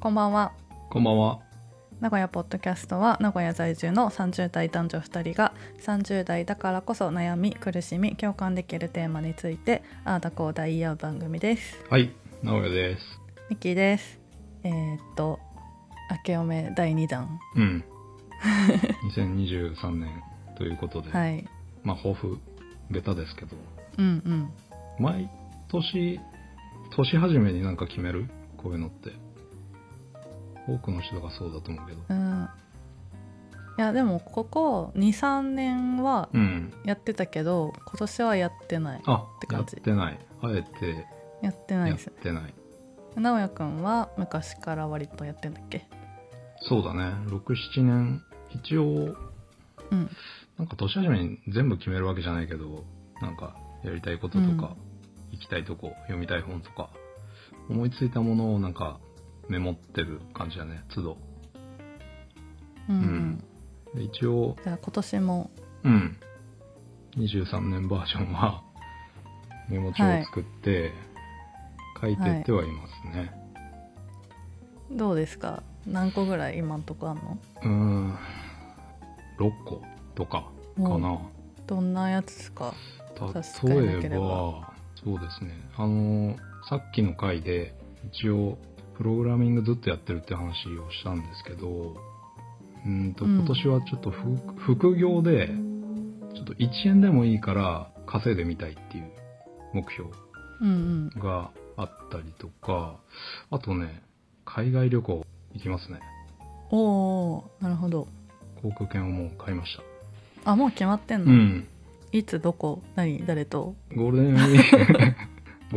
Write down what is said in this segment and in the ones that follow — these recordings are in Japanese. こんばんはこんばんは。名古屋ポッドキャストは名古屋在住の30代男女2人が30代だからこそ悩み苦しみ共感できるテーマについてあーだこうだ言い合う番組ですはい、名古屋です。ミッキーですえー、っと明けおめ第2弾 うん。2023年ということで、はいまあ、抱負、ベタですけど、うんうん毎年、年始めになんか決めるこういうのって。多くの人がそうだと思うけど。うんいやでもここ23年はうん。やってたけど今年はやってないあて、や感っじてない。あえてやってないやですってない。直哉くんは昔から割とやってんだっけそうだね。6、7年、一応、うんなんか年始めに全部決めるわけじゃないけど、なんかやりたいこととか、行きたいとこ、読みたい本とか、思いついたものをなんかメモってる感じだね、都度。うん、ううんん、で一応、じゃあ今年もうん、23年バージョンは メモ帳を作って、書いてってはいますね。どうですか何個ぐらい今んとこあんのうーん、6個とかかな。どんなやつですか差し支えな例けえればそうですねあのさっきの回で一応プログラミングずっとやってるって話をしたんですけどうーんとうん今年はちょっと副,、副業でちょっと1円でもいいから稼いでみたいっていう目標うんがあったりとかあとね海外旅行行きますねうんおおなるほど航空券をもう買いましたあもう決まってんうの、んいつどこ何誰とゴールデンウィーク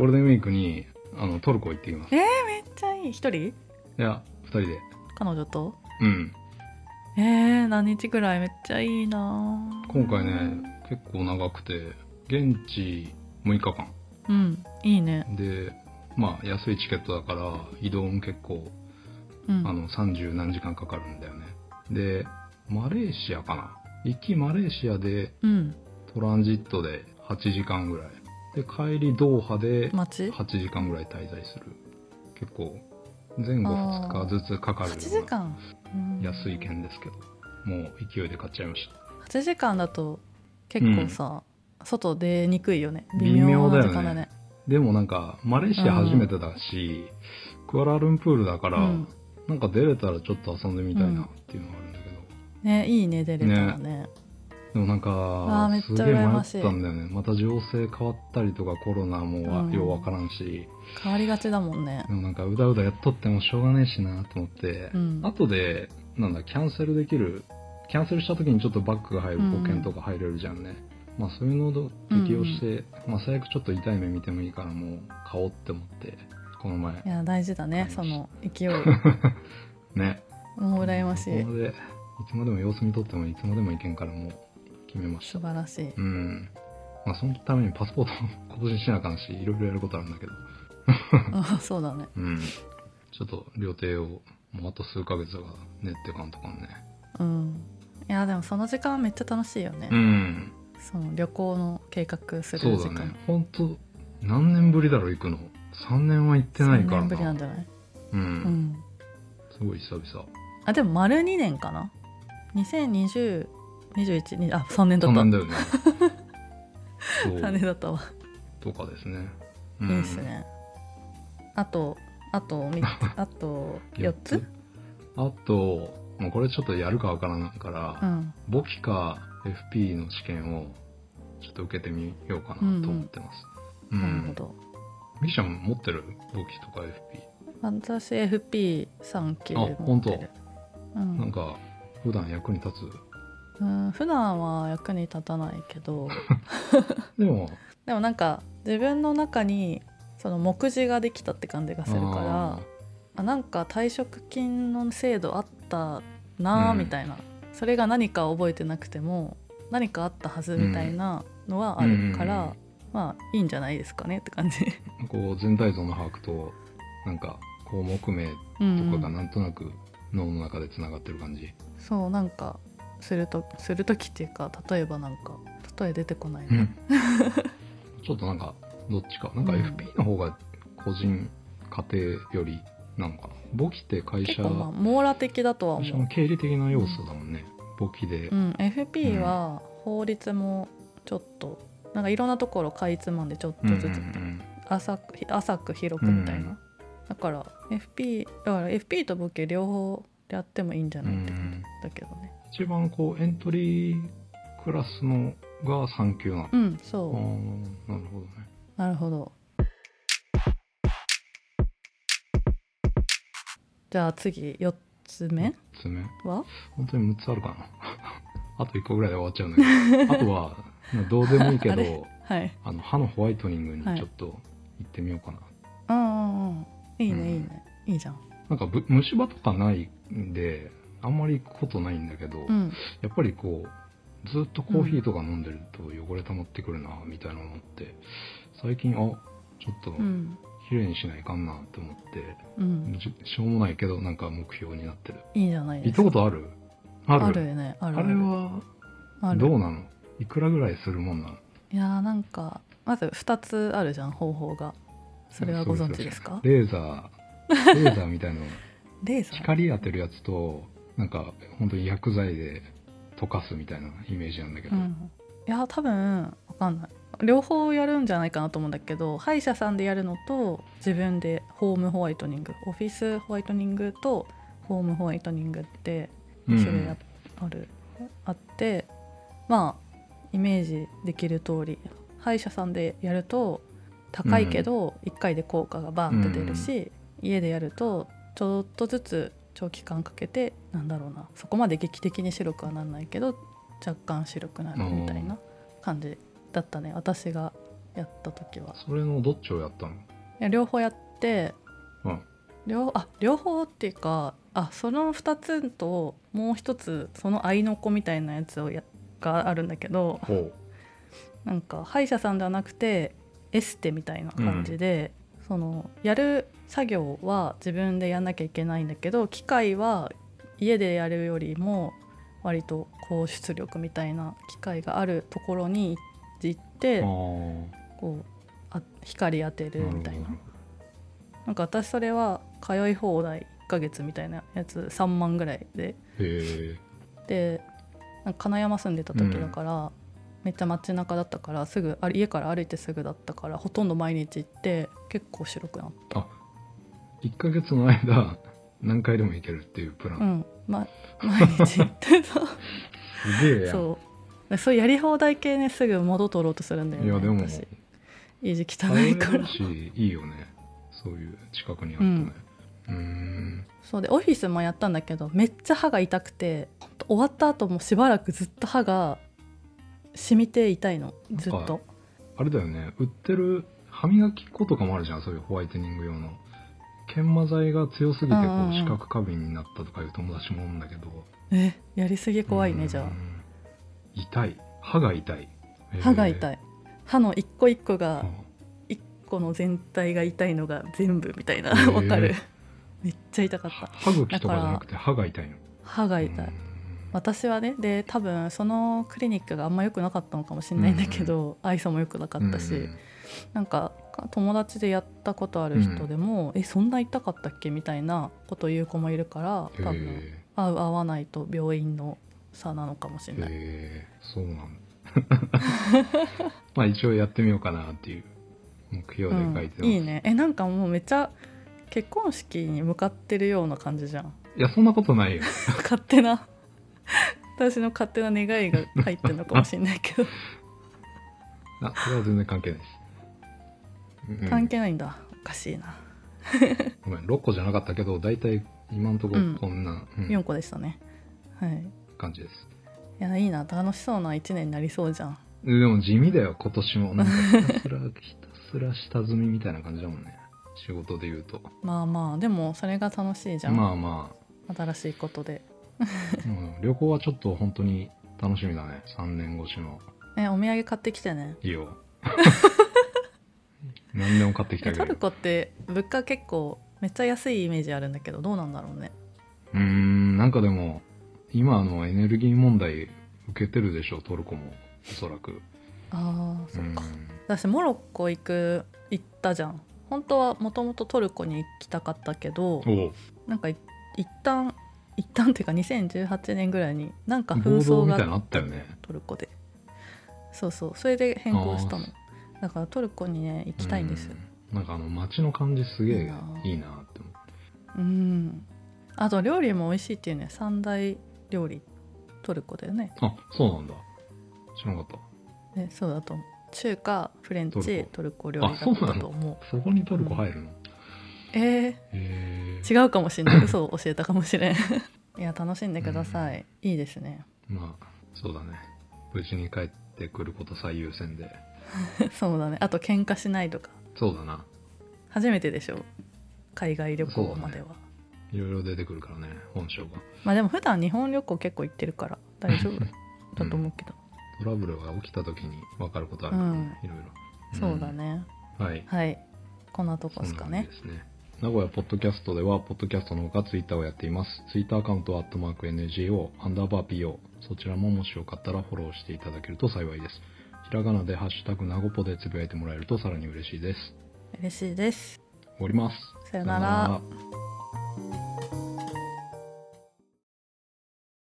ゴールデンウィークにあのトルコ行ってきますいめっちゃいい一人や2人で彼女とうんえー、何日ぐらいめっちゃいいなー今回ね結構長くて現地6日間うんいいねでまあ安いチケットだから移動も結構うんあの30何時間かかるんだよねでマレーシアかな行きマレーシアでうんトランジットで8時間ぐらいで帰りドーハで街8時間ぐらい滞在する結構前後あー2日ずつかかるよ8時うな間、うん安い券ですけどもう勢いで買っちゃいました8時間だと結構さ、外出にくいよね微微妙妙なだよね時間だねでもなんかマレーシア初めてだし、クアラルンプールだから、うんなんか出れたらちょっと遊んでみたいなっていうのがあるんだけど、ねいいね出れたらねでもなんあーめっかちゃすげえ迷羨っましいたんだよねまた情勢変わったりとかコロナうもんようわからんし、変わりがちだもんねでもなんかうだうだやっとってもしょうがねえしなと思って、うん後でなんだキャンセルできるキャンセルした時にちょっとバックが入るうん保険とか入れるじゃんね、まあそういうのを適用して、まあ最悪ちょっと痛い目見てもいいからもう買おうって思ってこの前いや大事だねその 勢いねもう羨ましいここまでいつまでも様子見とってもいつまでも行けんからもう決めました素晴らしいうんまあそのためにパス ポートも更新しなあかんしいろいろやることあるんだけどあ そうだねうんちょっと料亭をもうあと数ヶ月だから練ってかんとかんねうんいやでもその時間はめっちゃ楽しいよね、うんその旅行の計画すそるう時だ間ねほんと何年ぶりだろう行くの3年は行ってないか3ら年ぶりなんなじゃない、うん、うんすごい久々あでも丸2年かな202021あ3年だ3った年だよ ねそう3年だったわとかですね、いうんいですねあとあと みあと4つあともうこれちょっとやるかわからないから、うん簿記か FP の試験をちょっと受けてみようかなと思ってます。うん、なるほどミキちゃん持ってる簿記とか FP。私 FP3 級持ってるあ本当うなんん、か普段役に立つ。うん、普段は役に立たないけどでも、でもなんか自分の中にその目次ができたって感じがするからああなんか退職金の制度あったなあうんみたいな、それが何か覚えてなくても何かあったはずみたいなのはあるから、うんまあいいんじゃないですかねって 感じ。ーこう全体像の把握と、なんか項目名とうんうんかがなんとなく脳の中でつながってる感じ。そうなんかするとする時っていうか例えばなんか例え出てこないな、 うんちょっとなんかどっちか。なんかうん FP の方が個人、家庭よりなのかな簿記って会結社構まあ網羅的だとは会社思うの、経理的な要素だもんね簿記でうん、FP は法律もちょっとなんかいろんなところかいつまんでちょっとずつ、浅く浅く広くみたいな、うんだから FP だから FP とボケ両方やってもいいんじゃうんうないっんうてことんだけどね一番こうエントリークラスのが3級なの、うんそう、ああなるほどねなるほどじゃあ次4つ目爪は本当に6つあるかな あと1個ぐらいで終わっちゃうんだ けどあとはどうでもいいけあれどはいあの歯のホワイトニングにはいちょっと行ってみようかな、ああいいね、うんいいねいいじゃんなんかぶ虫歯とかないんであんまり行くことないんだけど、うんやっぱりこうずっとコーヒーとか飲んでると汚れ溜まってくるなみたいなのって最近あちょっとうん綺麗にしないかんなって思って、うんししょうもないけどなんか目標になってるいいじゃない行でっすたかことあるあるあるよねあるあれはあるどうなのいくらぐらいするもんなのいやーなんかまず2つあるじゃん方法がそれはご存知ですかレーザーレーザーみたいなのレーザー光当てるやつとなんか本当に薬剤で溶かすみたいなイメージなんだけど、うん、いや多分わかんない両方やるんじゃないかなと思うんだけど歯医者さんでやるのと自分でホームホワイトニングオフィスホワイトニングとホームホワイトニングってうん種類あある、あってまあイメージできる通り歯医者さんでやると高いけど1回で効果がバーンって出るし、家でやるとちょっとずつ長期間かけてなんだろうなそこまで劇的に白くはならないけど若干白くなるみたいな感じだったね私がやった時は。それのどっちをやったのいや両方やってうん両あ両方っていうかあその2つともう一つその合いの子みたいなやつをやがあるんだけどほうなんか歯医者さんではなくてエステみたいな感じで、そのやる作業は自分でやんなきゃいけないんだけど機械は家でやるよりも割と高出力みたいな機械があるところに行ってあこうあ光当てるーみたいなる。なんか私それは通い放題1ヶ月みたいなやつ3万ぐらいでほどへえでなんか金山住んでた時だから、めっちゃ街中だったからすぐあ家から歩いてすぐだったからほとんど毎日行って結構白くなっ1ヶ月の間何回でも行けるっていうプラた、ン、うんま、毎日行ってさ すげえやんそうでそうやり放題系ねすぐ戻取ろうとするんだよいねやでも私意地汚頼れいからるしいいよねそういう近くにあるとねうーんそうでオフィスもやったんだけどめっちゃ歯が痛くてほんと終わった後もしばらくずっと歯が染みて痛いのずっとあれだよね売ってる歯磨き粉とかもあるじゃんそういうホワイトニング用の研磨剤が強すぎてこうんうんううん視覚過敏になったとかいう友達もおるんだけどえやりすぎ怖いうーねんじゃ痛い歯が痛いあ歯がい、痛い歯の一個一個うがん一個の全体が痛いのが全部みたいなへえわかるめっちゃ痛かっ歯た歯茎とかじゃなくて歯が痛いの歯が痛うーいん私はねで多分そのクリニックがあんま良くなかったのかもしれないんだけど、愛想も良くなかったし、うんなんか友達でやったことある人でも、えそんな痛かったっけみたいなこと言う子もいるからへ多分え合う合わないと病院の差なのかもしれない、へえそうなんだ まあ一応やってみようかなっていう目標で書いてまうす、んいいねえなんかもうめっちゃ結婚式に向かってるような感じじゃ んいやそんなことないよ勝手な私の勝手な願いが入ってるのかもしれないけどあそれは全然関係ないです、 うん関係ないんだおかしいな、ごめん6個じゃなかったけど大体今んとこうんこんな、うん4個でしたねはい感じですいやいいな楽しそうな1年になりそうじゃんででも地味だよ今年 もなんかひたすらひたすら下積みみたいな感じだもんね仕事で言うとまあまあでもそれが楽しいじゃん、まあま新しいことであ、うん旅行はちょっと本当に楽しみだね3年越しのえお土産買ってきてね家を 何でも買ってきたえけトどルコって物価結構めっちゃ安いイメージあるんだけどどうなんだろうねうーんなんかでも今あのエネルギー問題受けてるでしょトルコもおそらくあーそっかうん私モロッコ行く行ったじゃん本当はもともとトルコに行きたかったけどおうなんかい一旦一旦っていうか2018年ぐらいになんか紛争暴動みがたいなのあったよねトルコでそうそうそれで変更したのだからトルコにね行きたいんですようんなんかあの街の感じすげいいえないいなって思ううんあと料理も美味しいっていうね三大料理トルコだよねあそうなんだ知らなかっねそうだと思う中華フレンチトトルルココ料理だあそっうなたのと思たそこにトルコ入るの、うえへえー、違うかもしんない嘘を教えたかもしれん いや楽しんでください、いいですね まあそうだね無事に帰ってくること最優先でそうだねあと喧嘩しないとかそうだな初めてでしょ海外旅行までは、いろいろ出てくるからね本性がまあでも普段日本旅行結構行ってるから大丈夫だと思うけど、トラブルが起きた時に分かることあるからね、いろいろそうだ、ねうんはいはいこんなとこですかねそうなんですね名古屋ポッドキャストでは、ポッドキャストのほかツイッターをやっています。ツイッターアカウントは、アットマーク NGO、アンダーバー PO。そちらももしよかったらフォローしていただけると幸いです。ひらがなでハッシュタグ、なごぽでつぶやいてもらえるとさらに嬉しいです。嬉しいです終わります。さよならら。